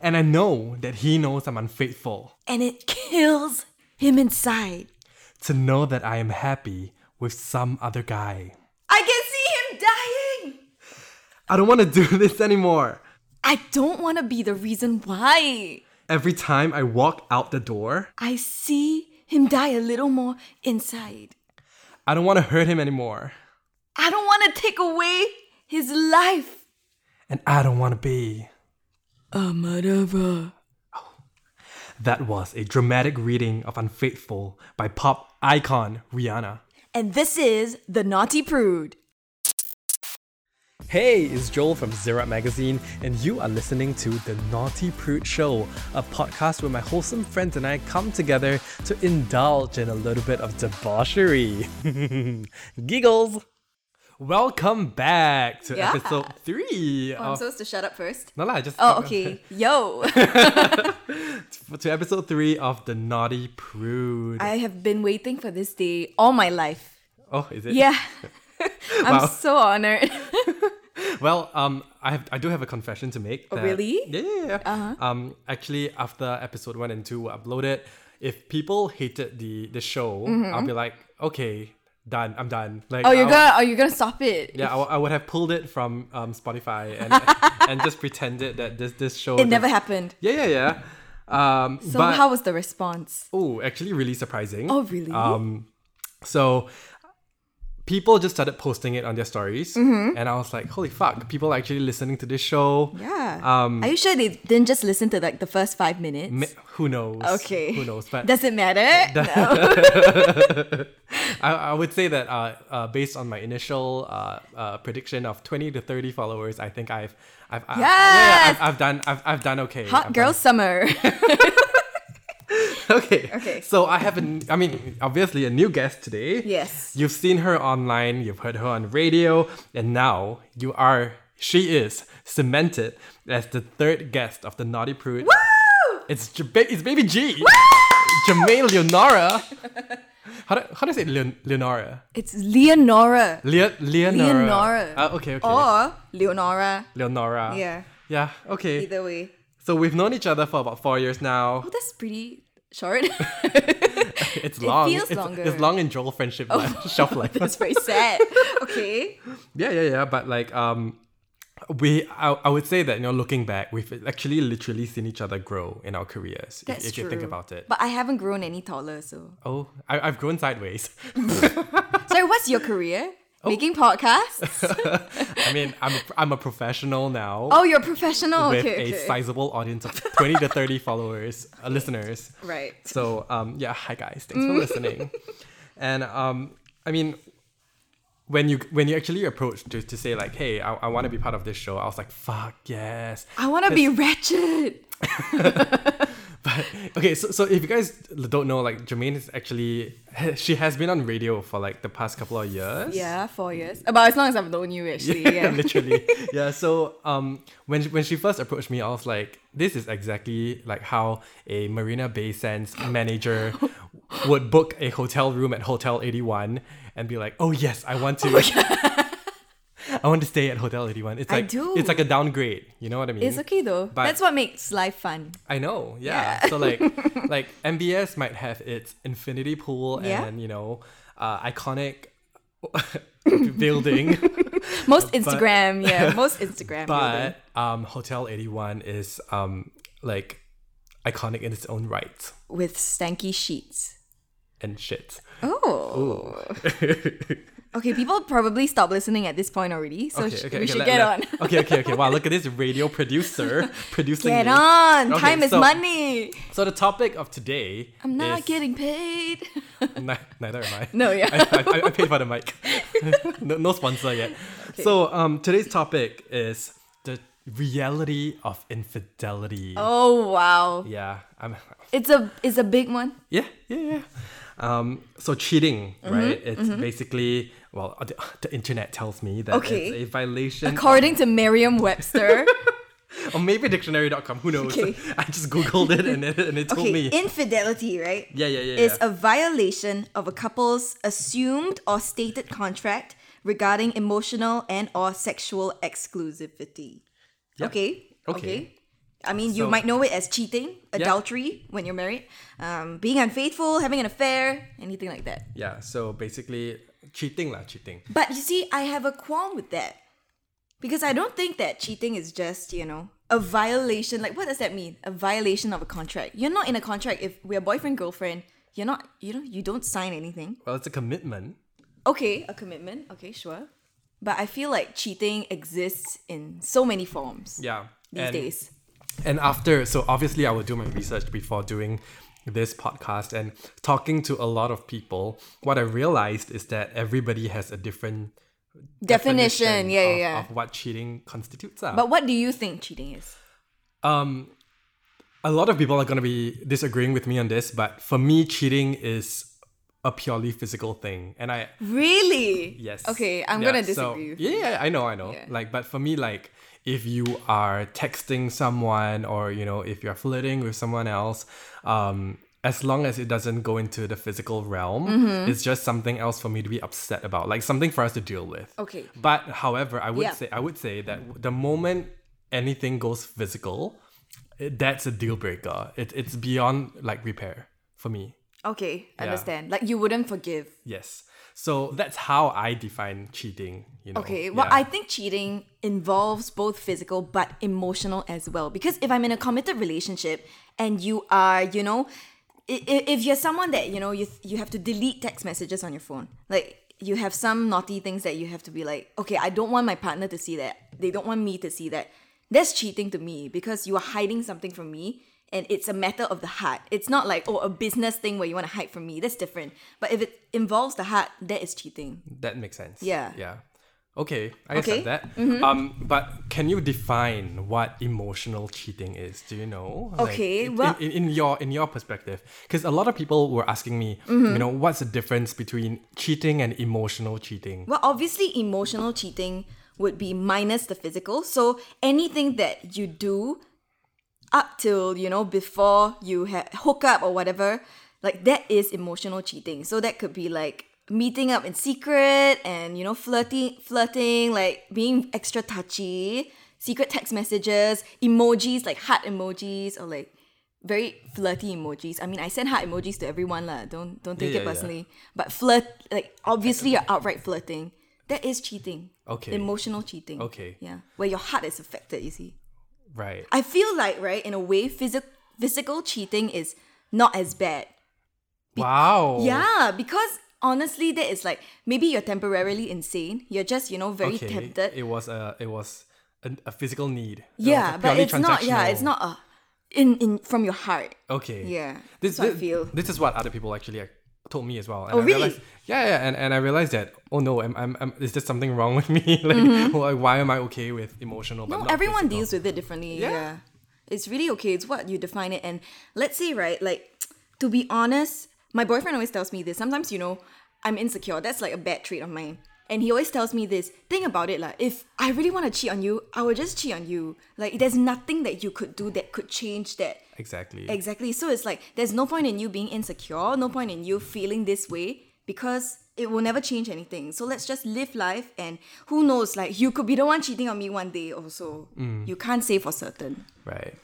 And I know that he knows I'm unfaithful. and it kills him inside. To know that I am happy with some other guy. I can see him dying. I don't want to do this anymore. I don't want to be the reason why. Every time I walk out the door, I see him die a little more inside. I don't want to hurt him anymore. I don't want to take away his life. And I don't want to be. A murderer. That was a dramatic reading of Unfaithful by pop icon Rihanna. And this is The Naughty Prude. Hey, it's Joel from Zerat Magazine, and you are listening to The Naughty Prude Show, a podcast where my wholesome friends and I come together to indulge in a little bit of debauchery. Giggles! Welcome back to Yeah. episode three I'm of. supposed to shut up first. no, lah, just. Oh, okay. Yo, To episode three of The Naughty Prude. I have been waiting for this day all my life. oh, is it? Yeah. I'm Wow. so honored. Well, um, I have I do have a confession to make. that- Oh, really? Yeah, yeah, yeah. Uh-huh. Um, actually, after episode one and two were uploaded, if people hated the the show, I'll be like, okay, done. I'm done. Like, Mm-hmm. Oh, you're I'll- gonna, oh, you're gonna stop it. Yeah, I, w- I would have pulled it from um, Spotify and and just pretended that this this show. It never happened. Yeah, yeah, yeah. Um, So but how was the response? oh, actually, really surprising. Oh, really? Um, so people just started posting it on their stories, Mm-hmm. and I was like, holy fuck, people are actually listening to this show. yeah. Um, Are you sure they didn't just listen to like the first five minutes? Ma- who knows? okay. Who knows? But Does it matter? no. I, I would say that uh, uh, based on my initial uh, uh, prediction of twenty to thirty followers, I think I've I've I- yeah, Yes! I've, I've done I've, I've done okay. Hot I've girl summer. done- okay. Okay. So I have an I mean obviously a new guest today. Yes. You've seen her online. You've heard her on radio, and now you are she is cemented as the third guest of the Naughty Prude. Woo! It's J- ba- it's baby G. Jermaine Leonora. How, do, how do I say Leon- Leonora? It's Leonora Lea- Leonora. Leonora. Ah, okay, Ah. okay. or Leonora. Leonora. Yeah. Yeah, okay. Either way. So we've known each other for about four years now. Oh, that's pretty short. It's long. feels it's, longer. Oh. It's long in Joel friendship life, shelf life. that's very sad. Okay. Yeah, yeah, yeah. But like, um, we I, I would say that you know, looking back, we've actually literally seen each other grow in our careers. That's if, if true. you think about it. But I haven't grown any taller, so. oh, I, I've grown sideways. Sorry, what's your career? Oh. Making podcasts? I mean, I'm a, I'm a professional now. Oh, you're a professional. with okay, a okay. sizable audience of 20 to 30 followers, uh, listeners. Right. So, um, yeah, hi guys, thanks for listening. And um, I mean, when you when you actually approached to, to say like, hey, I, I want to be part of this show, I was like, fuck yes. I want to be wretched. But okay, so, so if you guys don't know, like Jermaine is actually she has been on radio for like the past couple of years. Yeah, four years. About as long as I've known you, actually. Yeah. Mm-hmm. literally. Yeah. So um, when she, when she first approached me, I was like, this is exactly like how a Marina Bay Sands manager would book a hotel room at Hotel Eighty One and be like, oh yes, I want to. I want to stay at Hotel Eighty One. It's I like do. it's like a downgrade. You know what I mean? It's okay though. But- That's what makes life fun. I know, yeah. Yeah. So like, like MBS might have its infinity pool Yeah. and you know, uh, iconic building. Most Instagram, yeah, most Instagram. building. But um, Hotel 81 is um, like iconic in its own right with stanky sheets. and shit. Oh. okay, people probably stopped listening at this point already, so sh- we should let- get let- on. okay, okay, okay. Wow, look at this radio producer producing. Get me. on! Okay, Time is so- money! So the topic of today. I'm not is, getting paid. Ni- neither am I. No, yeah. I, I, I paid for the mic. no, no sponsor yet. So um, today's topic is the reality of infidelity. oh wow. Yeah, I'm. It's a it's a big one. Yeah, yeah, yeah. Um, so cheating, Mm-hmm, right? It's basically well, the, the internet tells me that Okay. it's a violation. According to Merriam Webster. or maybe dictionary.com. Who knows? Okay. I just googled it and it, and it told me. infidelity, right? yeah, yeah, yeah. is yeah. a violation of a couple's assumed or stated contract regarding emotional and or sexual exclusivity. Yep. Okay. Okay. I mean, you So- might know it as cheating, adultery when you're married, um, being unfaithful, having an affair, anything like that. Yeah, so basically cheating lah, cheating. But you see, I have a qualm with that. Because I don't think that cheating is just, you know, a violation. Like, what does that mean? A violation of a contract. You're not in a contract if we're boyfriend, girlfriend. You're not, you know, you don't sign anything. Well, it's a commitment. Okay, a commitment. Okay, sure. But I feel like cheating exists in so many forms Yeah. these and, days. And after, so obviously, I will do my research before doing this podcast and talking to a lot of people. What I realized is that everybody has a different Definition. Yeah, of, yeah, yeah. of what cheating constitutes. ah. But what do you think cheating is? um, a lot of people are going to be disagreeing with me on this, but for me, cheating is a purely physical thing, and I Really? Yes. Okay, I'm Yeah, gonna so- disagree. with you. yeah, yeah, I know, I know. Yeah. Like, but for me, like, if you are texting someone or you know, if you're flirting with someone else, um, as long as it doesn't go into the physical realm, Mm-hmm. it's just something else for me to be upset about, like something for us to deal with. Okay. But however, I would Yeah. say I would say that the moment anything goes physical, it, that's a deal breaker. It, it's beyond like repair for me. Okay, understand. Like you wouldn't forgive. Yes. So that's how I define cheating. You know. Okay, well, Yeah. I think cheating involves both physical but emotional as well. Because if I'm in a committed relationship and you are, you know, i- i- if you're someone that you know you you have to delete text messages on your phone, like you have some naughty things that you have to be like, okay, I don't want my partner to see that. They don't want me to see that. That's cheating to me because you are hiding something from me. And it's a matter of the heart. It's not like, oh, a business thing where you want to hide from me. That's different. But if it involves the heart, that is cheating. That makes sense. Yeah. Yeah. Okay, I Okay. Mm-hmm. accept that. Um, but can you define what emotional cheating is? Do you know? Like, Okay, in- well- in, in, your in your perspective, because a lot of people were asking me, Mm-hmm. you know, what's the difference between cheating and emotional cheating? Well, obviously, emotional cheating would be minus the physical. So anything that you do up till, you know, before you ha- hook up or whatever, like that is emotional cheating. So that could be like meeting up in secret and, you know, flirting, flirting, like being extra touchy, secret text messages, emojis, like heart emojis or like very flirty emojis. I mean, I send heart emojis to everyone lah. Don't don't take Yeah, yeah, it yeah. personally. But flirt, like obviously you're outright flirting. That is cheating. Okay. Emotional cheating. Okay. Yeah. Where your heart is affected, you see. Right. I feel like, right, in a way, physic- physical cheating is not as bad. wow. Yeah, because honestly, that is like maybe you're temporarily insane. You're just, you know, very Okay. tempted. It was a it was a, a physical need. It was yeah, a but purely it's not. Yeah, it's transactional. not a in in from your heart. Okay. Yeah, This, that's what I thi- feel. this is what other people actually like, told me as well. And Oh, I really? Realized, yeah, yeah, and, and I realized that, oh no, I'm, I'm, I'm, is there something wrong with me? like, why, why am I okay with emotional but Mm-hmm. No, not everyone physical? deals with it differently. Yeah. Yeah. It's really okay. It's what you define it. And let's say, right, like, to be honest, my boyfriend always tells me this. Sometimes, you know, I'm insecure. That's like a bad trait of mine. And he always tells me this think about it, like, if I really want to cheat on you, I will just cheat on you. Like, there's nothing that you could do that could change that. Exactly. Exactly. So it's like, there's no point in you being insecure, no point in you feeling this way because it will never change anything. So let's just live life and who knows, like, you could be the one cheating on me one day also. You can't say for certain. Right.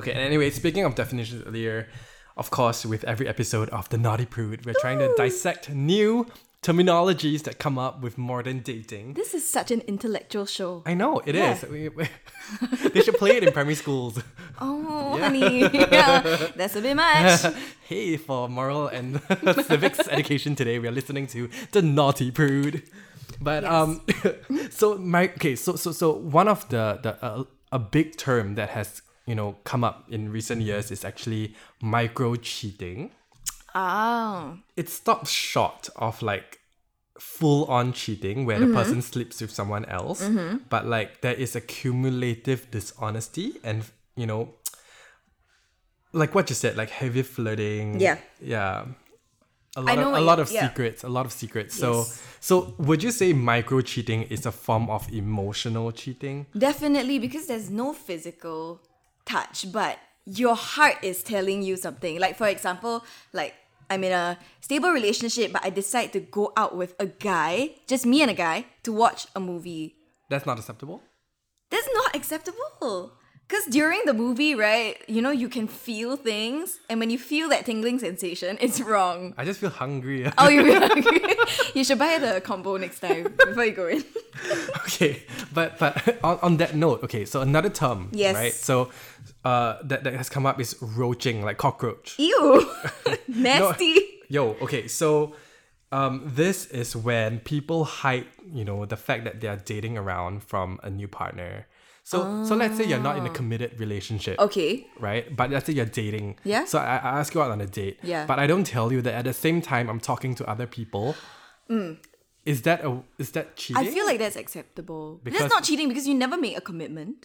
Okay, and anyway, speaking of definitions earlier, of course, with every episode of The Naughty Prude, we're trying to dissect new terminologies that come up with modern dating. This is such an intellectual show. I know, it Yeah. is. We- we- they should play it in primary schools. Oh, honey. yeah, that's a bit much. hey, for moral and civics education today, we are listening to the naughty prude. But um, so my okay, so so so one of the the uh, a big term that has you know come up in recent years is actually micro cheating. Oh. It stops short of like full on cheating where the person sleeps with someone else, but like there is a cumulative dishonesty and you know. Like what you said, like heavy flirting. Yeah. Yeah. A lot I know of, what a you- lot of yeah. secrets, a lot of secrets. Yes. So so would you say micro cheating is a form of emotional cheating? Definitely, because there's no physical touch, but your heart is telling you something. Like, for example, like I'm in a stable relationship, but I decide to go out with a guy, just me and a guy, to watch a movie. That's not acceptable? That's not acceptable. Because during the movie, right, you know, you can feel things, and when you feel that tingling sensation, it's wrong. I just feel hungry. Oh, you you should buy the combo next time before you go in. okay, but but on, on that note, okay, so another term, Yes. right? So uh, that that has come up is roaching, like cockroach. Ew, No, nasty. yo, okay, so um, this is when people hide, you know, the fact that they are dating around from a new partner. So so let's say you're not Oh. in a committed relationship. Okay, Right, but let's say you're dating. Oh. Yeah. So I, I ask you out on a date. Yeah. But I don't tell you that at the same time I'm talking to other people. Is that a is that cheating? Mm. I feel like that's acceptable. Because- that's not cheating because you never make a commitment.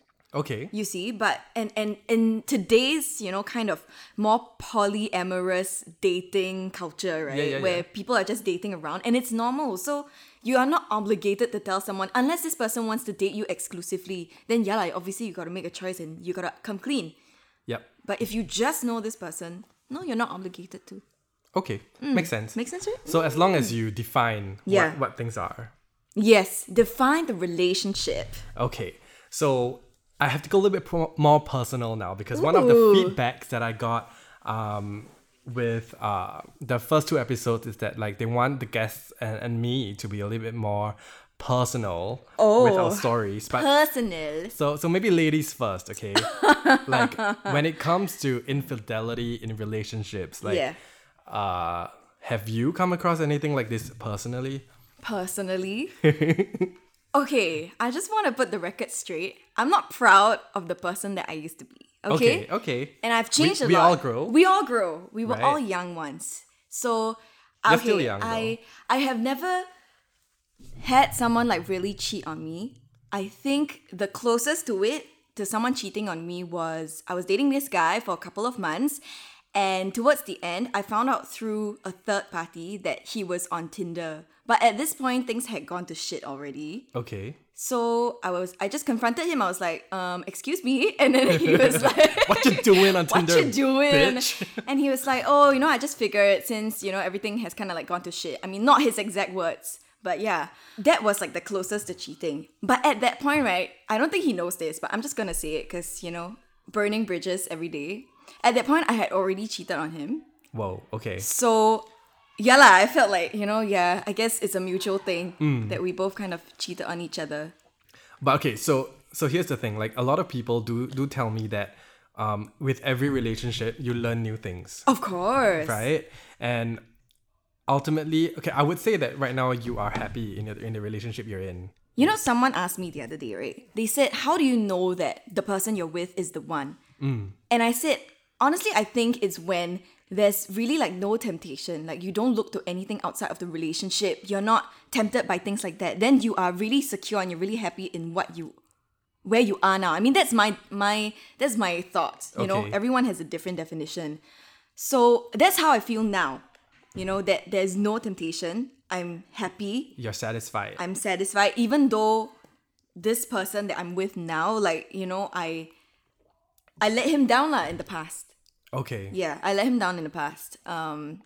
okay. you see but and and in today's you know kind of more polyamorous dating culture right yeah, where yeah. people are just dating around and it's normal so you are not obligated to tell someone unless this person wants to date you exclusively then yeah like, obviously you got to make a choice and you got to come clean Yep. but if you just know this person no you're not obligated to Okay. Mm. Makes sense. make sense right So as long as you define Yeah. what, what things are. yes define the relationship Okay. So I have to go a little bit pro- more personal now because one of the Ooh. feedbacks that I got um, with uh, the first two episodes is that like they want the guests and, and me to be a little bit more personal with Oh. our stories. But personal so so maybe ladies first, okay? like when it comes to infidelity in relationships, like yeah uh have you come across anything like this personally? personally. okay, I just want to put the record straight. I'm not proud of the person that I used to be. Okay. Okay, okay. And I've changed a we lot. all grow. We all grow. We were Right. all young once. So okay, You're still young, I I have never had someone like really cheat on me. I think the closest to it to someone cheating on me was I was dating this guy for a couple of months and towards the end I found out through a third party that he was on Tinder. But at this point things had gone to shit already. Okay. So I was I just confronted him. I was like, um, excuse me, and then he was like, What you doing on What Tinder? you doing? bitch? And he was like, oh, you know, I just figured since you know everything has kind of like gone to shit. I mean, not his exact words, but yeah, that was like the closest to cheating. But at that point, right, I don't think he knows this, but I'm just gonna say it because you know, burning bridges every day. At that point, I had already cheated on him. Whoa, okay. So yeah, lah, I felt like, you know, yeah, I guess it's a mutual thing Mm. that we both kind of cheated on each other. But okay, so so here's the thing. Like a lot of people do do tell me that um with every relationship you learn new things. Of course. Right? And ultimately, okay, I would say that right now you are happy in the, in the relationship you're in. You know, someone asked me the other day, right? They said, How do you know that the person you're with is the one? And I said, Honestly, I think it's when there's really like no temptation. Like, you don't look to anything outside of the relationship. You're not tempted by things like that. Then you are really secure and you're really happy in what you where you are now. I mean, that's my my that's my thoughts. You know, Okay. everyone has a different definition. So that's how I feel now. You know, that there's no temptation. I'm happy. You're satisfied. I'm satisfied, even though this person that I'm with now, like you know, I I let him down lah in the past. okay. Yeah, I let him down in the past. Um,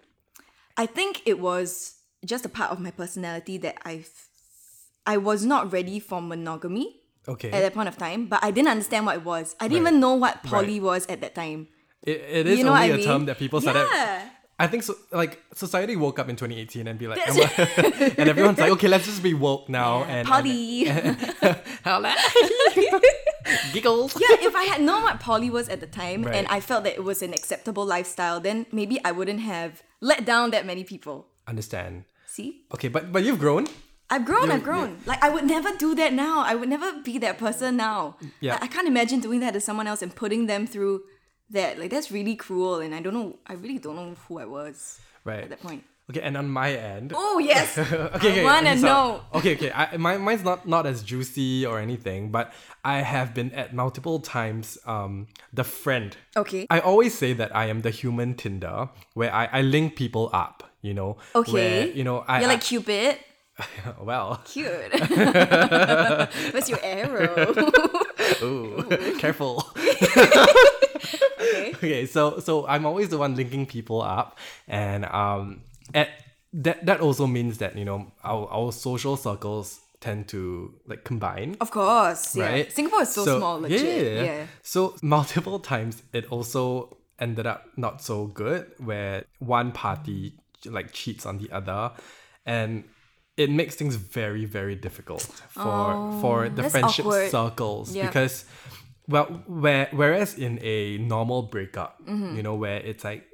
I think it was just a part of my personality that I I was not ready for monogamy Okay. at that point of time, but I didn't understand what it was. I didn't even know what poly was at that time. It, it is You know what only I a term mean? Oh, that people started. Yeah. I think so. Like society woke up in 2018 and be like, and, what- and everyone's like, okay, let's just be woke now Oh, and poly. Hello. Giggles. yeah, if I had known what poly was at the time Right. and I felt that it was an acceptable lifestyle, then maybe I wouldn't have let down that many people. Understand. See? Okay, but but you've grown. I've grown, I've grown. Like I would never do that now. I would never be that person now. Yeah. Like, I can't imagine doing that to someone else and putting them through that. Like that's really cruel and I don't know I really don't know who I was Right. at that point. Okay, and on my end. Oh yes. okay, I wanna okay, so- know. Okay, okay. I, my, mine's not, not as juicy or anything, but I have been at multiple times um, the friend. Okay. I always say that I am the human Tinder where I, I link people up, you know. Okay. Where, you know, I. You're like Cupid. I- well, Cute. Where's your arrow? careful. okay. okay, so so I'm always the one linking people up, and um, at that that also means that you know our our social circles tend to like combine. Of course, yeah. Right? Singapore is so, small, yeah, legit. yeah, yeah. So multiple times it also ended up not so good where one party like cheats on the other and it makes things very very difficult for for the Oh, that's friendship awkward. circles Yep. because well where whereas in a normal breakup Mm-hmm. you know where it's like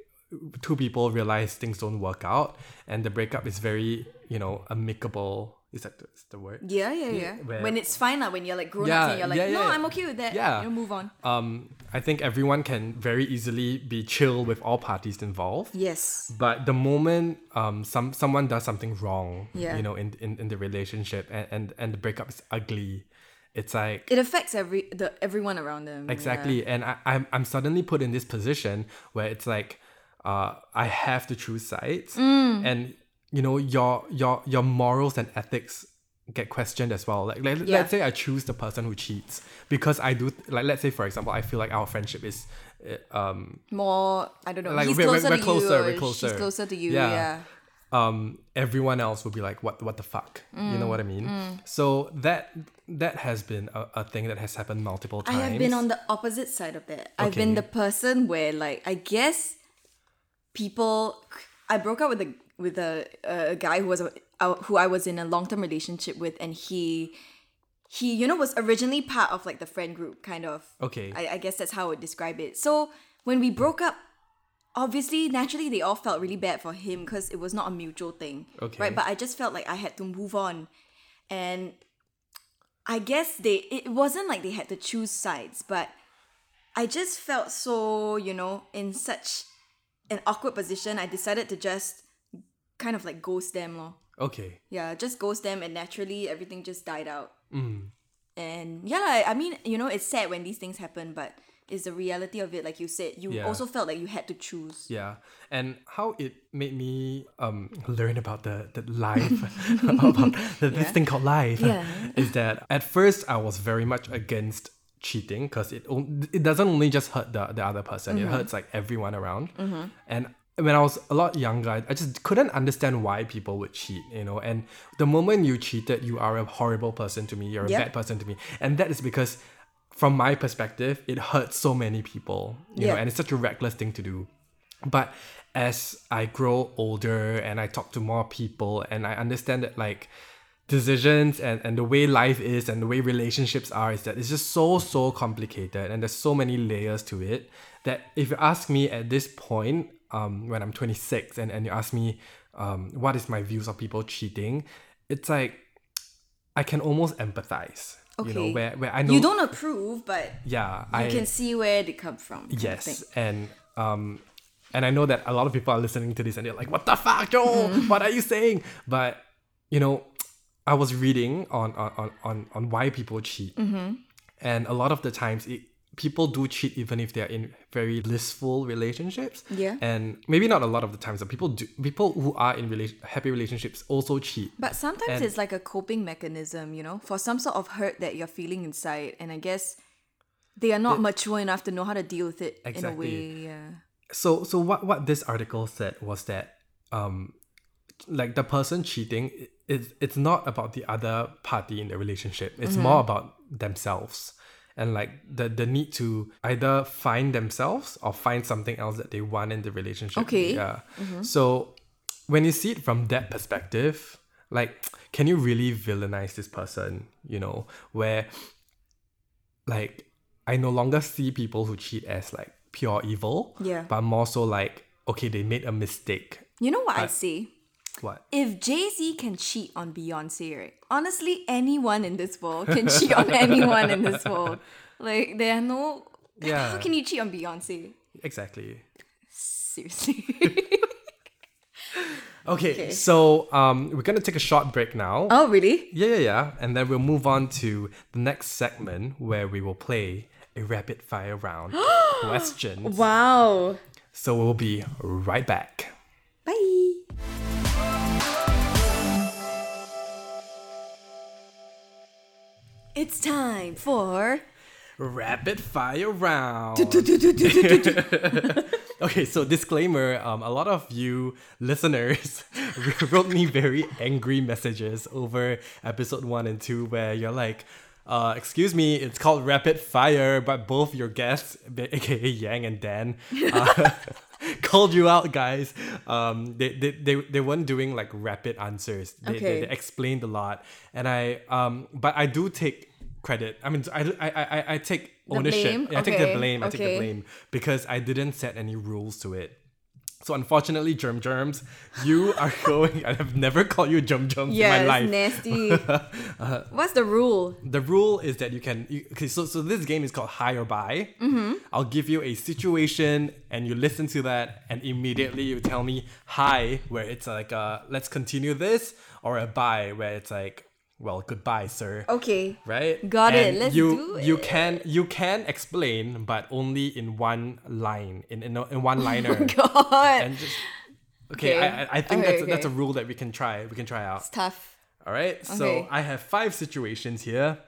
two people realize things don't work out and the breakup is very you know amicable is that the, is the word Yeah, yeah, yeah. where- when it's fine, like when you're like grown Yeah, up and you're like, yeah, yeah, no, yeah. I'm okay with that. Yeah. You know, move on. um, I think everyone can very easily be chill with all parties involved. Yes. But the moment um, some someone does something wrong, Yeah. you know, in, in, in the relationship and, and, and the breakup is ugly, it's like It affects every the everyone around them. yeah. exactly. And I, I'm I'm suddenly put in this position where it's like uh, I have to choose sides, Mm. and you know your your your morals and ethics get questioned as well. Like, like Yeah. let's say I choose the person who cheats because I do like let's say for example I feel like our friendship is uh, um More I don't know. Like, he's we're- we're- closer we're to closer, you. or we're She's closer. closer to you. Yeah. Yeah. um, everyone else would be like, "What? What the fuck?" You know what I mean? Mm, So that that has been a, a thing that has happened multiple I times. have been on the opposite side of that. I've been Okay. the person where like I guess people I broke up with a with a a guy who was a, who I was in a long-term relationship with and he he you know was originally part of like the friend group kind of okay. I, I guess that's how I would describe it. So when we broke up, obviously, naturally, they all felt really bad for him because it was not a mutual thing. Okay. Right. But I just felt like I had to move on. And I guess they, it wasn't like they had to choose sides, but I just felt so, you know, in such an awkward position. I decided to just kind of like ghost them, lor. okay. Yeah, just ghost them, and naturally everything just died out. Mm. And yeah, like, I mean, you know, it's sad when these things happen, but it's the reality of it. Like you said, you Yeah. also felt like you had to choose. Yeah. And how it made me um, learn about the, the life, about the, this thing called life, Yeah. is that at first I was very much against cheating because it, on- it doesn't only just hurt the, the other person, Mm-hmm. it hurts like everyone around. And when I was a lot younger, I- I just couldn't understand why people would cheat, you know. And the moment you cheated, you are a horrible person to me, you're a Yep. bad person to me. And that is because, from my perspective, it hurts so many people, you know, Yeah. and it's such a reckless thing to do. But as I grow older and I talk to more people and I understand that like decisions and, and the way life is and the way relationships are is that it's just so so complicated and there's so many layers to it that if you ask me at this point um, when I'm 26 and, and you ask me um, what is my views of people cheating it's like I can almost empathize you know Okay. where, where I know You don't approve, but yeah you I can see where they come from. kind of Yes, thing. and um, and I know that a lot of people are listening to this and they're like, "What the fuck, Joel? What are you saying?" But you know, I was reading on on on on, on why people cheat, and a lot of the times it. People do cheat even if they're in very blissful relationships. Yeah. And maybe not a lot of the times, but people do people who are in rela- happy relationships also cheat. But sometimes And- it's like a coping mechanism, you know, for some sort of hurt that you're feeling inside. And I guess they are not mature enough to know how to deal with it in a Exactly. way. Yeah. so so what what this article said was that um like the person cheating i- it's it's not about the other party in the relationship it's more about themselves and like the the need to either find themselves or find something else that they want in the relationship Okay. yeah so when you see it from that perspective like can you really villainize this person you know where like I no longer see people who cheat as like pure evil. Yeah. But more so like, okay, they made a mistake. You know what I say? What? If Jay Z can cheat on Beyonce, right? Honestly, anyone in this world can cheat on anyone in this world. Like there are no. Yeah. How can you cheat on Beyonce? Exactly. Seriously. Okay, so um we're gonna take a short break now. oh really? Yeah, yeah, yeah. And then we'll move on to the next segment where we will play a rapid fire round of questions. Wow. So we'll be right back. Bye. It's time for rapid fire round. Do-do-do-do-do-do-do. Okay, so disclaimer um, a lot of you listeners wrote me very angry messages over episode one and two where you're like, uh, excuse me, it's called Rapid Fire, but both your guests, ba- aka Yang and Dan, uh, called you out, guys. Um, they, they, they, they weren't doing like rapid answers, they, Okay. they, they explained a lot. And I, um, but I do take credit. I mean, I, I, I, I take ownership. blame? Yeah, I take the Okay, blame. I take the okay. blame because I didn't set any rules to it. So unfortunately, germ germs, you are going. I have never called you germ germs yeah, in my life. Uh-huh. it's nasty. What's the rule? the rule is that you can. You, okay, so so this game is called high or buy. Mm-hmm. I'll give you a situation, and you listen to that, and immediately you tell me high, where it's like uh, let's continue this, or a buy, where it's like, well, goodbye, sir Okay. right? Got it. And Let's you, do You can you can explain, but only in one line, in in, in one liner. Oh God. and just, okay, Okay. I, I- I think Okay, that's that's a okay. rule that we can try. We can try out. it's tough. All right. So Okay. I have five situations here.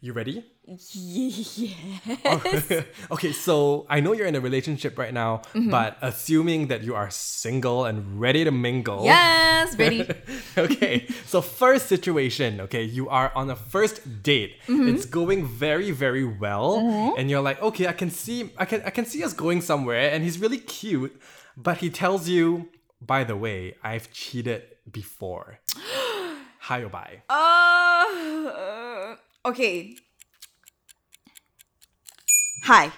You ready? Yeah. okay, so I know you're in a relationship right now, Mm-hmm. but assuming that you are single and ready to mingle. Yes, ready. okay, so first situation, okay, you are on a first date. Mm-hmm. It's going very, very well, and you're like, okay, I can see, I can, I can see us going somewhere, and he's really cute, but he tells you, by the way, I've cheated before. Hi or bye? Uh, okay. Hi.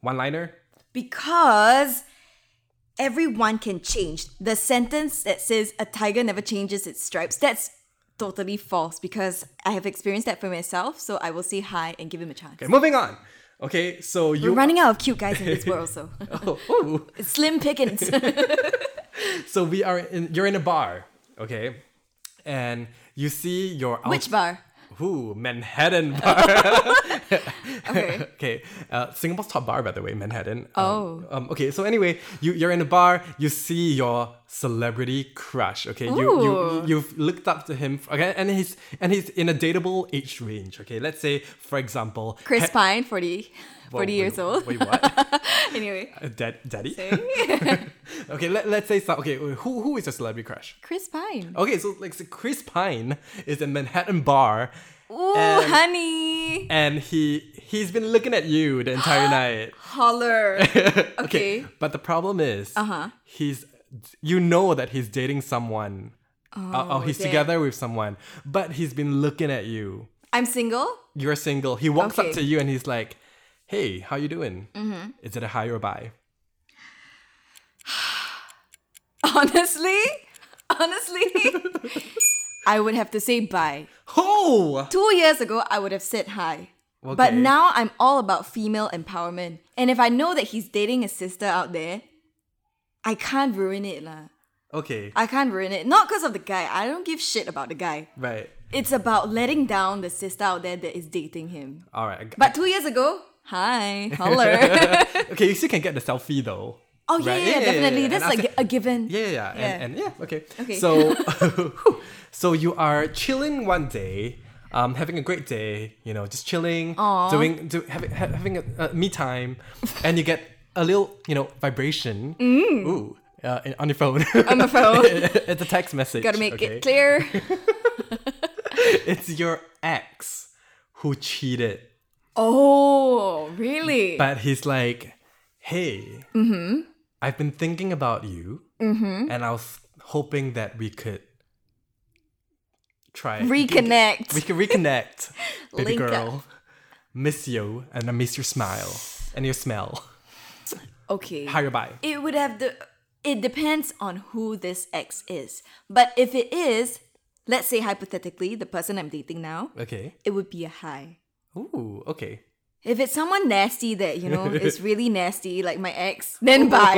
One liner. Because everyone can change. The sentence that says a tiger never changes its stripes, that's totally false because I have experienced that for myself. So I will say hi and give him a chance. Okay, moving on. Okay, so you We're running out of cute guys in this world, so Oh, oh. slim pickings. so we are in. You're in a bar, okay, and you see your Which bar? Ooh, Manhattan bar. Okay. okay, uh, Singapore's top bar, by the way, Manhattan. Um, Oh. Um, okay, so anyway, you, you're in a bar, you see your celebrity crush, okay? You, you, Ooh. you've looked up to him, okay? And he's, and he's in a dateable age range, okay? Let's say, for example... Chris He- Pine, 40, 40 Whoa, years wait, old. Wait, what? anyway, Dad, daddy? okay, let, let's say... Some, okay, who, who is your celebrity crush? Chris Pine. Okay, so like so Chris Pine is in Manhattan bar Ooh, and- Oh, honey. and he he's been looking at you the entire night. Holler. Okay. But the problem is, uh-huh. he's you know that he's dating someone. Oh, oh he's damn. together with someone, but he's been looking at you. I'm single. You're single. He walks up Okay. to you and he's like, "Hey, how you doing? Mm-hmm. Is it a high or a bye?" Honestly, honestly, I would have to say bye. Oh, Two years ago, I would have said hi. But Okay. now I'm all about female empowerment. And if I know that he's dating a sister out there, I can't ruin it. lah. okay, I can't ruin it. Not because of the guy. I don't give shit about the guy. right, It's about letting down the sister out there that is dating him. all right. But two years ago, hi, holler. okay, you still can get the selfie though. oh, yeah, right? yeah, yeah, definitely. yeah. That's And like after- a given. Yeah, yeah, yeah. Yeah. And, and yeah, okay. Okay. So, so you are chilling one day, um, having a great day, you know, just chilling, Aw. doing, do, having, ha- having a, a me time, and you get a little, you know, vibration. Ooh. Uh, in- on your phone. Mm. On my phone. it's a text message. Gotta make okay? it clear. It's your ex who cheated, Oh, really? but he's like, "Hey, Mm-hmm. I've been thinking about you, and I was hoping that we could try Reconnect. We can reconnect, baby Link up. girl. Miss you, and I miss your smile and your smell. okay. Hi or bye. It would have the. It depends on who this ex is. But if it is, let's say hypothetically, the person I'm dating now, Okay. it would be a hi. Ooh. Okay. If it's someone nasty that, you know, is really nasty, like my ex, then bye.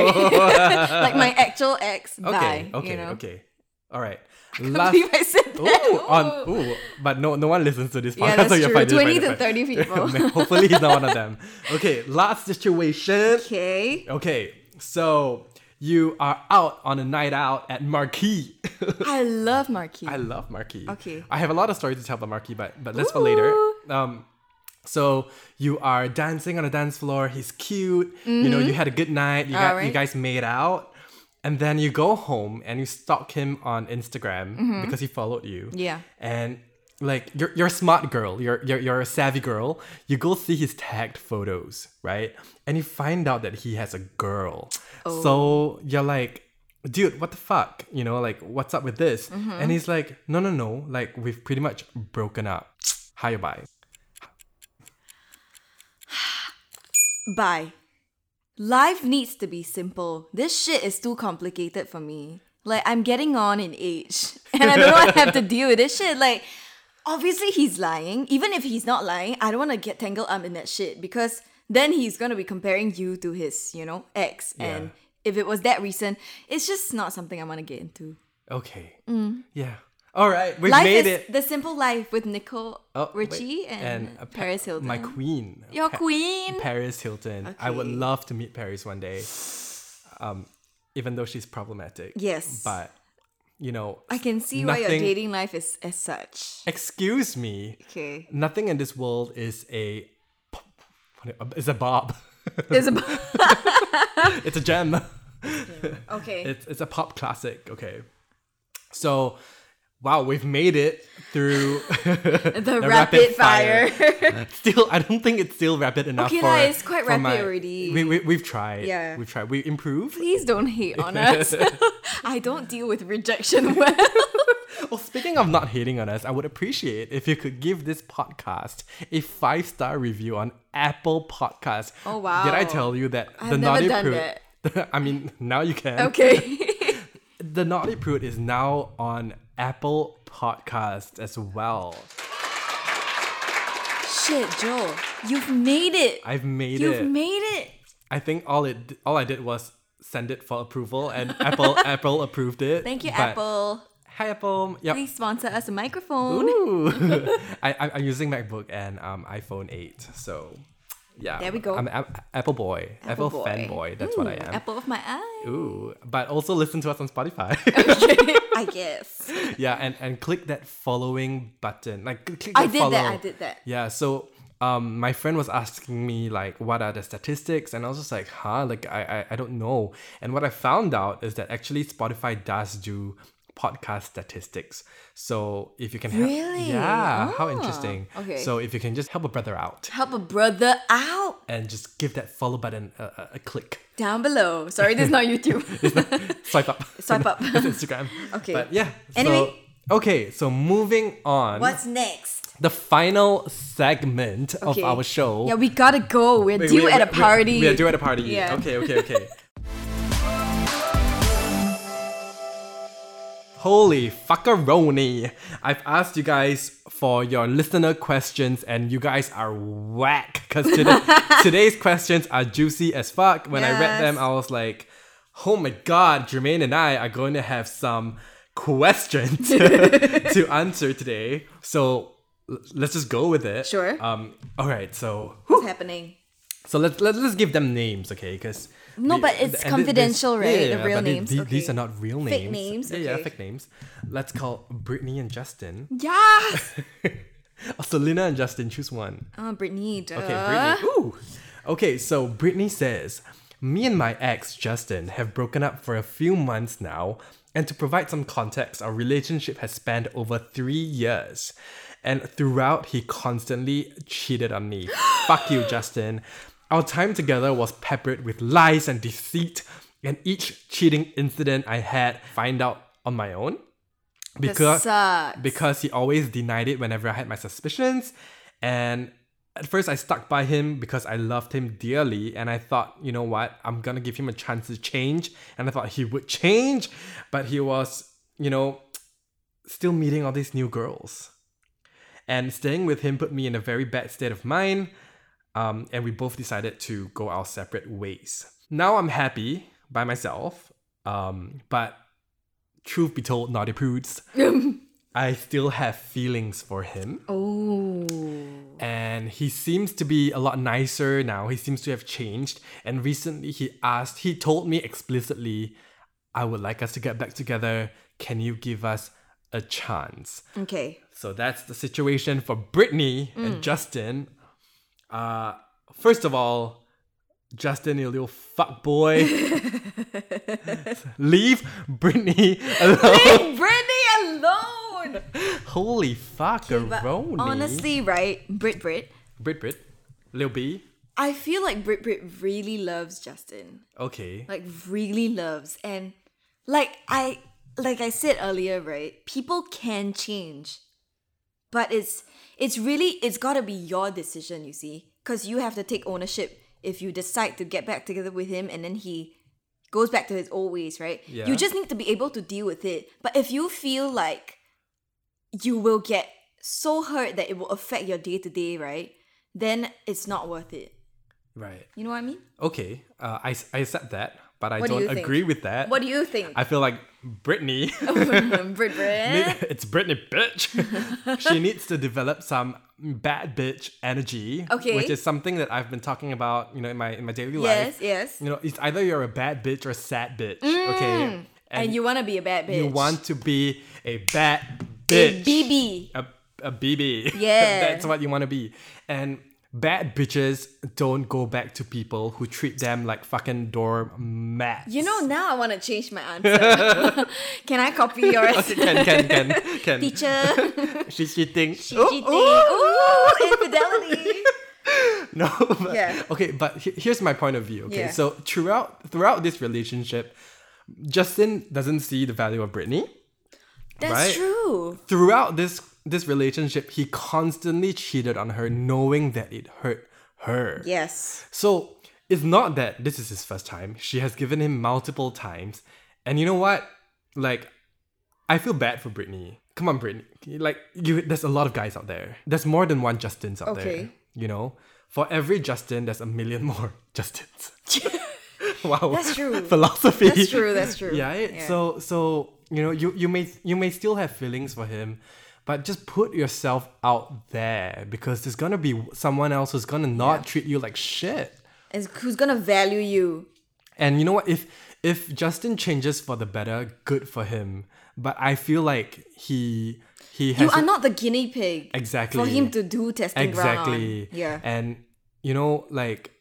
like my actual ex, Oh. Okay. bye. okay. you know? Okay. All right. I Last. believe I said Ooh, that. on, ooh, but no, no one listens to this podcast. Yeah, that's so you're true. fine, you're fine, 20 you're to fine. 30 people. Hopefully, he's not one of them. Okay, last situation. Okay. Okay, so you are out on a night out at Marquee. I love Marquis. I love Marquee. Okay. I have a lot of stories to tell about Marquee, but but that's for later. Ooh. Um, So you are dancing on a dance floor. He's cute. You know, you had a good night. You, got, you Mm-hmm. Alright. guys made out. And then you go home and you stalk him on Instagram because he followed you. Mm-hmm. Yeah. And like you're you're a smart girl. You're, you're you're a savvy girl. You go see his tagged photos, right? And you find out that he has a girl. Oh. So you're like, dude, what the fuck? You know, like what's up with this? Mm-hmm. And he's like, no, no, no. Like we've pretty much broken up. Hi, bye. Bye. Life needs to be simple. This shit is too complicated for me. Like, I'm getting on in age and I don't want to have to deal with this shit. Like, obviously, he's lying. Even if he's not lying, I don't want to get tangled up in that shit because then he's going to be comparing you to his, you know, ex. And if it was that recent, it's just not something I want to get into. Okay. Yeah. All right. We've Mm. Life made is it. the simple life with Nicole Oh, wait. Richie and, uh, Pa- Paris Hilton. My queen. Your Pa- queen. Paris Hilton. I would Okay. love to meet Paris one day. Um, even though she's problematic. Yes. But, you know, I can see why your nothing- dating life is as such. excuse me. Okay. Nothing in this world is a. It's uh, a bob. There's a it's a gem. okay. It's, it's a pop classic. Okay. So, wow, we've made it through. the rapid rapid, fire. fire. still i don't think it's still rapid enough Okay for, lah, it's quite for rapid my- already. we, we, we've tried Yeah. we've tried we improved Please don't hate on us. I don't deal with rejection well. well speaking of not hating on us i would appreciate if you could give this podcast a five star review on apple podcast Oh, wow. did i tell you that I've the naughty never done prude i mean now you can Okay. the naughty prude is now on apple podcast as well Shit, Joel, you've made it. i've made you've it made it. i think all it all i did was send it for approval and apple apple approved it Thank you, But- Apple. hi apple yep Please sponsor us a microphone. Ooh. I, I'm- I'm using MacBook and um, iPhone 8, so yeah. There we go. I'm a- Apple boy, Apple, Oh, boy. fanboy. That's what I am. Apple of my eye. Ooh, but also listen to us on Spotify. I guess. yeah, and, and click that following button. Like cl- click I that did follow. that. I did that. Yeah, so um, my friend was asking me like, what are the statistics? And I was just like, huh, like I, I I don't know. And what I found out is that actually Spotify does do podcast statistics. So if you can help, Really? yeah, how Ah, interesting. okay. So if you can just help a brother out Help a brother out and just give that follow button a, a, a click, down below. Sorry, this is not YouTube. swipe up, Swipe up. That's Instagram. Okay. but yeah. Anyway. So, okay, so moving on. What's next? the final segment Okay. of our show. Yeah, we gotta go. We're Wait, due wait, at a wait, wait, party. We are due at a party. Yeah. Okay, okay, okay. Holy fuckeroni. I've asked you guys for your listener questions and you guys are whack because today, today's questions are juicy as fuck. When I read Yes. them, I was like, oh my god, Jermaine and I are going to have some questions to answer today. So l- let's just go with it. Sure. Um, all right, so What's happening? so let's let, let's give them names, okay? Because No, but it's confidential, right? The real names, These okay. are not real names. Fake names, Yeah, yeah, okay. fake names. Let's call Brittany and Justin. Yes! Oh, Selena and Justin, choose one. Oh, Brittany. Duh. Okay, Brittany. Ooh. Okay, so Brittany says, "Me and my ex Justin have broken up for a few months now, and to provide some context, our relationship has spanned over three years." And throughout, he constantly cheated on me. Fuck you, Justin. Our time together was peppered with lies and deceit, and each cheating incident I had find out on my own because sucks. because he always denied it whenever I had my suspicions, and at first I stuck by him because I loved him dearly, and I thought, you know what, I'm gonna give him a chance to change, and I thought he would change, but he was, you know, still meeting all these new girls, and staying with him put me in a very bad state of mind um, and we both decided to go our separate ways. Now I'm happy by myself, um, but truth be told, naughty prudes, I still have feelings for him, Oh. and he seems to be a lot nicer now. He seems to have changed, and recently he asked, he told me explicitly, "I would like us to get back together. Can you give us a chance?" Okay. So that's the situation for Brittany and Justin. Uh, first of all, Justin, you little fuck boy, leave Britney alone. Leave Britney alone. Holy But fuckeroni. honestly, right, Brit Brit, Brit Brit, Lil B. I feel like Brit Brit really loves Justin. Okay. Like really loves and like I like I said earlier, right? People can change. But it's it's really it's got to be your decision, you see? Cuz you have to take ownership if you decide to get back together with him and then he goes back to his old ways, right? Yeah. You just need to be able to deal with it. But if you feel like you will get so hurt that it will affect your day-to-day, right? Then it's not worth it. Right. You know what I mean? Okay. Uh, I, I accept that, but I What do don't you think? agree with that. What do you think? I feel like Britney. Brit Brit. it's Britney, bitch. she needs to develop some bad bitch energy, Okay. which is something that I've been talking about, you know, in my in my daily Yes, life. yes. You know, it's either you're a bad bitch or a sad bitch. Okay, And, you want to be a bad bitch. you want to be a bad a bitch, BB. a, a BB. Yeah. that's what you want to be. And bad bitches don't go back to people who treat them like fucking doormats. You know, now I want to change my answer. Can I copy yours? Okay, can can can can. Teacher, She's cheating. She cheating. Ooh, infidelity. No. But, Yeah. Okay, but he- here's my point of view. Okay, Yeah. so throughout throughout this relationship, Justin doesn't see the value of Britney. That's Right? true. Throughout this this relationship, he constantly cheated on her, knowing that it hurt her. Yes. So it's not that this is his first time. She has given him multiple times, and you know what? Like, I feel bad for Britney. Come on, Britney. Like, you, there's a lot of guys out there. There's more than one Justins out there. Okay. You know, for every Justin, there's a million more Justins. wow, That's true. Philosophy. That's true, that's true. Yeah, it- Yeah. So, so you know, you you may you may still have feelings for him, but just put yourself out there because there's gonna be someone else who's gonna not treat you like shit. Is who's gonna value you? And you know what? If if Justin changes for the better, good for him. But I feel like he he has You are not the guinea pig. Exactly. For him to do testing ground. on. exactly Yeah. And you know, like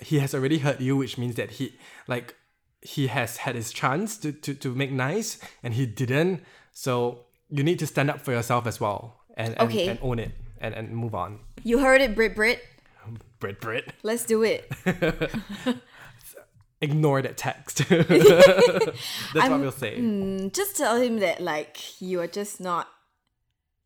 he has already hurt you, which means that he like he has had his chance to to, to make nice, and he didn't. So you need to stand up for yourself as well, and and, Okay. and own it, and and move on. you heard it, Brit Brit. Brit Brit, Let's do it. ignore that text. That's what we'll say. Just tell him that like you are just not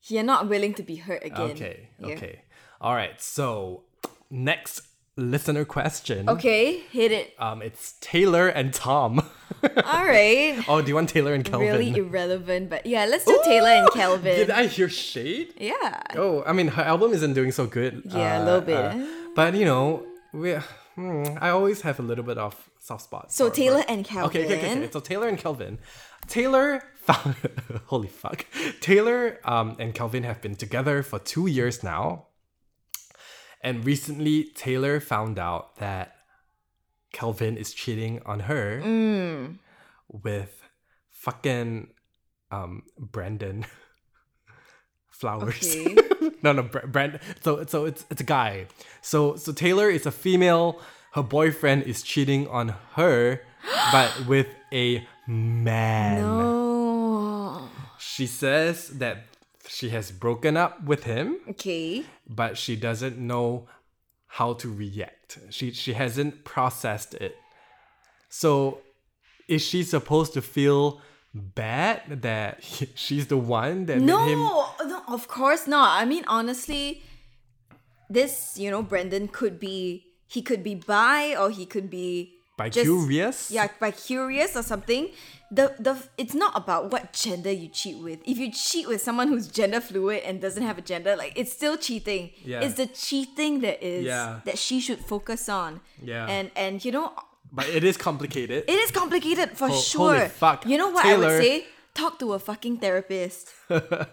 you're not willing to be hurt again. Okay. Yeah. Okay. All right. So next listener question. Okay, hit it. Um, it's Taylor and Tom. All right. oh, do you want Taylor and Kelvin? Really irrelevant, but yeah, let's do Taylor and Calvin. Did I hear shade? yeah. Oh, I mean, her album isn't doing so good. uh, Yeah, a little bit. but you know, we. Hmm, I always have a little bit of soft spot. So for- Taylor for- and Calvin. Okay, okay, okay, okay. So Taylor and Kelvin. Taylor found. holy fuck. Taylor um, and Calvin have been together for two years now. And recently, Taylor found out that Calvin is cheating on her Mm. with fucking um, Brandon Flowers. Okay. no, no, Bra- Brand. So, so it's it's a guy. So, so Taylor is a female. Her boyfriend is cheating on her, but with a man. No. She says that she has broken up with him, Okay. but she doesn't know how to react. She she hasn't processed it. So, is she supposed to feel bad that he- she's the one that No, made him? no, of course not. I mean, honestly, this, you know, Brendan could be, he could be bi or he could be. By just- curious? Yeah, by curious or something. The, the It's not about what gender you cheat with. If you cheat with someone who's gender fluid and doesn't have a gender, like, it's still cheating. Yeah. It's the cheating that is, Yeah. that she should focus on. Yeah. And, and you know, But it is complicated. It is complicated for Ho- sure. holy fuck, You know what I Taylor. would say? Talk to a fucking therapist.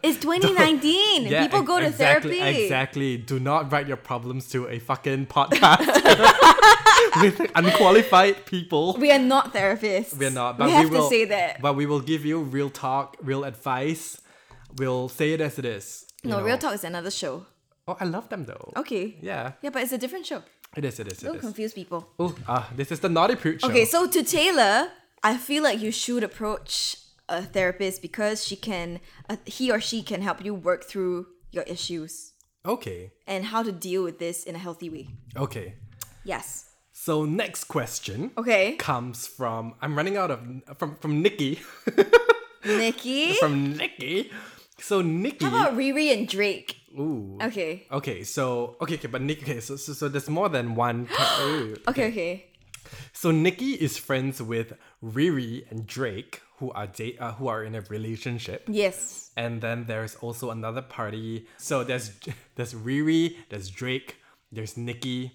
it's 2019. People ex- go to exactly, therapy. Exactly. Do not write your problems to a fucking podcast with unqualified people. We are not therapists. We're not. But we we, have will to say that. But we will give you real talk, real advice. We'll say it as it is. you no, know. real talk is another show. Oh, I love them though. Okay. Yeah, Yeah, but it's a different show. it is. It is. It Don't is. confuse people. Oh, ah, this is the naughty prude show. Okay, so to Taylor, I feel like you should approach a therapist because she can, uh, he or she can help you work through your issues Okay. and how to deal with this in a healthy way. Okay. Yes. So next question Okay. comes from I'm running out of from from Nikki Nikki. from Nikki. So Nikki. How about Riri and Drake? Ooh. Okay. Okay, so okay, okay, but Nikki. Okay, so so, so there's more than one. ca- ooh. Okay, okay. So Nikki is friends with Riri and Drake, who are date uh, who are in a relationship, Yes. and then there's also another party. So there's there's Riri, there's Drake, there's Nikki,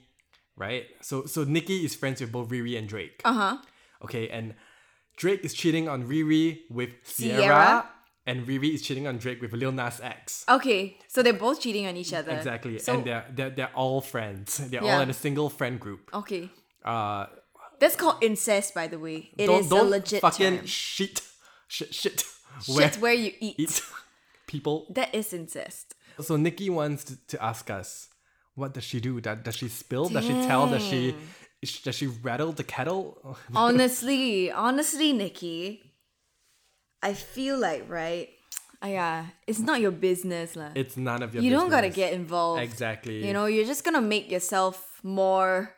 right? So so Nikki is friends with both Riri and Drake. Uh huh. Okay, and Drake is cheating on Riri with Sierra, Sierra. and Riri is cheating on Drake with Lil Nas X. Okay, so they're both cheating on each other. Exactly, So, and they're, they're they're all friends. They're all Yeah. in a single friend group. okay. Uh, That's called incest, by the way. It don't is don't a legit fucking term. shit, shit, shit. Where Shit where you eat. eat people. That is incest. So Nikki wants to, to ask us, what does she do? Does, does she spill? Does she tell? Does she sh- does she rattle the kettle? honestly, honestly, Nikki, I feel like right. Ah, yeah, it's not your business, lah. It's none of your. You don't gotta business. get involved. exactly. You know, you're just gonna make yourself more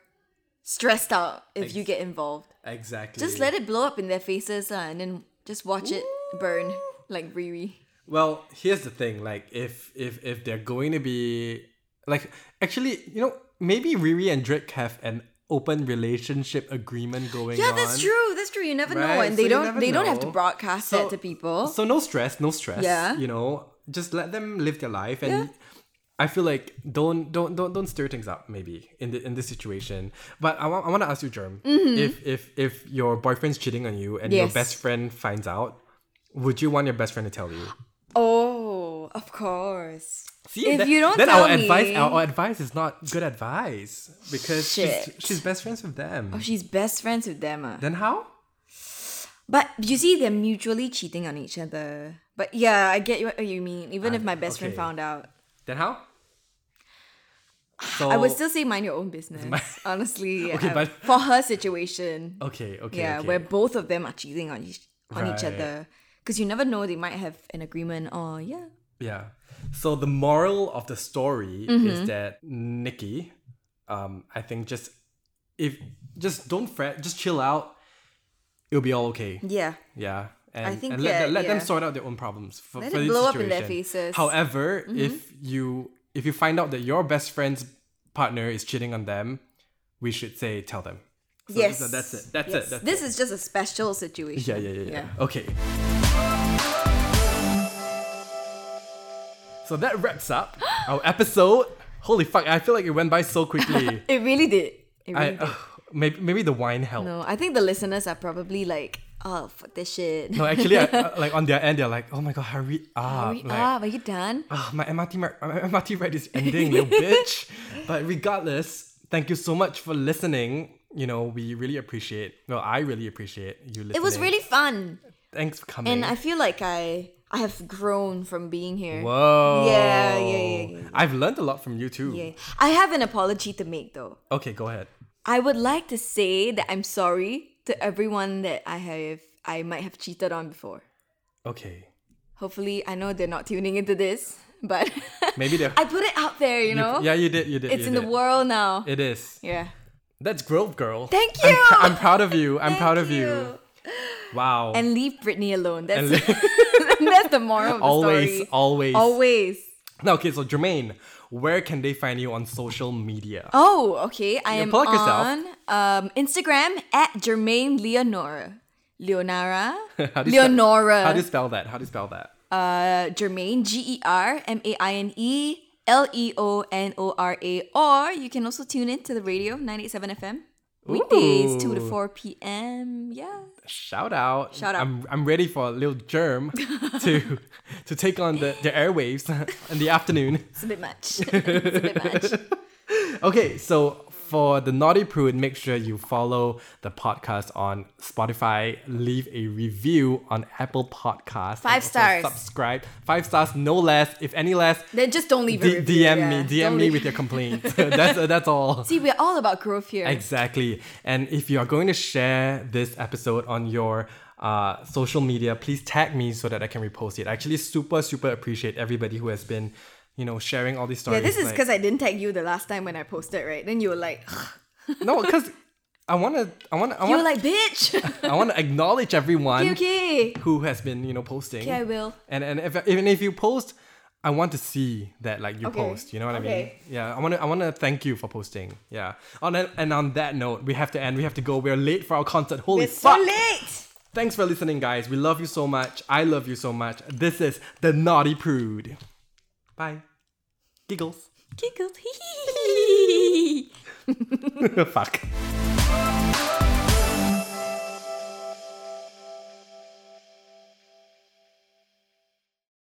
stressed out if you get involved. exactly. Just let it blow up in their faces, lah, and then just watch it burn like Riri. Well, here's the thing. Like, if if if they're going to be like, actually, you know, maybe Riri and Drake have an open relationship agreement going Yeah, on. that's true. That's true. You never know, right? and So they you don't. never They don't have to know. broadcast that to people. So no stress, no stress. Yeah. You know, just let them live their life, and Yeah. I feel like don't don't don't don't stir things up. Maybe in the, in this situation, but I want I want to ask you, Germ, if if if your boyfriend's cheating on you and your Mm-hmm. Yes. best friend finds out, would you want your best friend to tell you? oh, of course. See, If that- you don't then tell our advice, me- our advice is not good advice because she's, Shit. she's best friends with them. Oh, she's best friends with them. ah. then how? But you see, they're mutually cheating on each other. But yeah, I get what you mean. Even if my best friend okay. found out, Then how? So, I would still say mind your own business. Honestly, Oh. Okay, I- but- for her situation, okay, okay, yeah, okay. where both of them are cheating on each on each Right. other, because you never know, they might have an agreement. Or yeah, Yeah. So the moral of the story Mm-hmm. is that Nikki, um, I think just if just don't fret, just chill out. It'll be all okay. yeah, Yeah. And, think and let, that- them- let them yeah. sort out their own problems for, Let for it this blow up in situation. their faces. Mm-hmm. However, if you if you find out that your best friend's partner is cheating on them, we should say tell them. So, yes. so that's it. That's Yes. it. That's this is just a special situation. yeah, yeah, yeah, yeah. Okay. So that wraps up our episode. Holy fuck! I feel like it went by so quickly. It really did. It really I did. ugh, maybe maybe the wine helped. no, I think the listeners are probably like, oh, fuck this shit. No, actually, I, I- like on their end, they're like, "Oh my god, hurry up!" Hurry like, up, are you done? "Ah, my MRT mar- my MRT ride is ending, you bitch. But regardless, thank you so much for listening. You know, we really appreciate. Well, I really appreciate you listening. It was really fun. thanks for coming. And I feel like I I have grown from being here. Whoa. Yeah, yeah, yeah, yeah, yeah. I've learned a lot from you too. Yeah. I have an apology to make though. Okay, go ahead. I would like to say that I'm sorry to everyone that I have I might have cheated on before. Okay. Hopefully I know they're not tuning into this, but Maybe they're. I put it out there, you you- know? Yeah, you did. You did. it's you in the did. world now. It is. yeah. That's growth, girl. Thank I'm, you. pr- I'm proud of you. I'm proud of Thank you. Wow. And leave Britney alone. That's And li- that's the moral of the always, story. always, Always. Now, okay, so Jermaine, where can they find you on social media? Oh, okay. I am plug yourself. on um, Instagram at Jermaine Leonora. Leonara? How do you spell- Leonora. How do you spell that? How do you spell that? uh, Jermaine, G E R M A I N E L E O N O R A. Or you can also tune in to the radio, 987 FM. Weekdays, 2 to Ooh. 4 p.m. Yeah. Shout out. Shout out. I'm, I'm ready for a little germ to to take on the, the airwaves in the afternoon. It's a bit much. it's a bit much. Okay, so for the Naughty Prude, make sure you follow the podcast on Spotify, leave a review on Apple Podcasts. Five and also stars. Subscribe. Five stars, no less. If any less, Then just don't leave a D- review, DM yeah. me. DM Don't me leave- with your complaints. that's, that's all. See, we're all about growth here. Exactly. And if you are going to share this episode on your uh, social media, please tag me so that I can repost it. I actually super, super appreciate everybody who has been, you know, sharing all these yeah, stories. this is like- because I didn't tag you the last time when I posted, right? Then you were like, no, because I want to, I want to, I you were want like, bitch. to, I want to acknowledge everyone okay, okay. who has been, you know, posting. Okay, I will. And and if even if you post, I want to see that like you Okay. post. You know what Okay. I mean? Yeah. I want to I want to thank you for posting. Yeah. On that, and on that note, we have to end. We have to go. We're late for our concert. Holy It's so fuck! late. Thanks for listening, guys. We love you so much. I love you so much. This is the Naughty Prude. Bye. Giggles. Giggles. Fuck.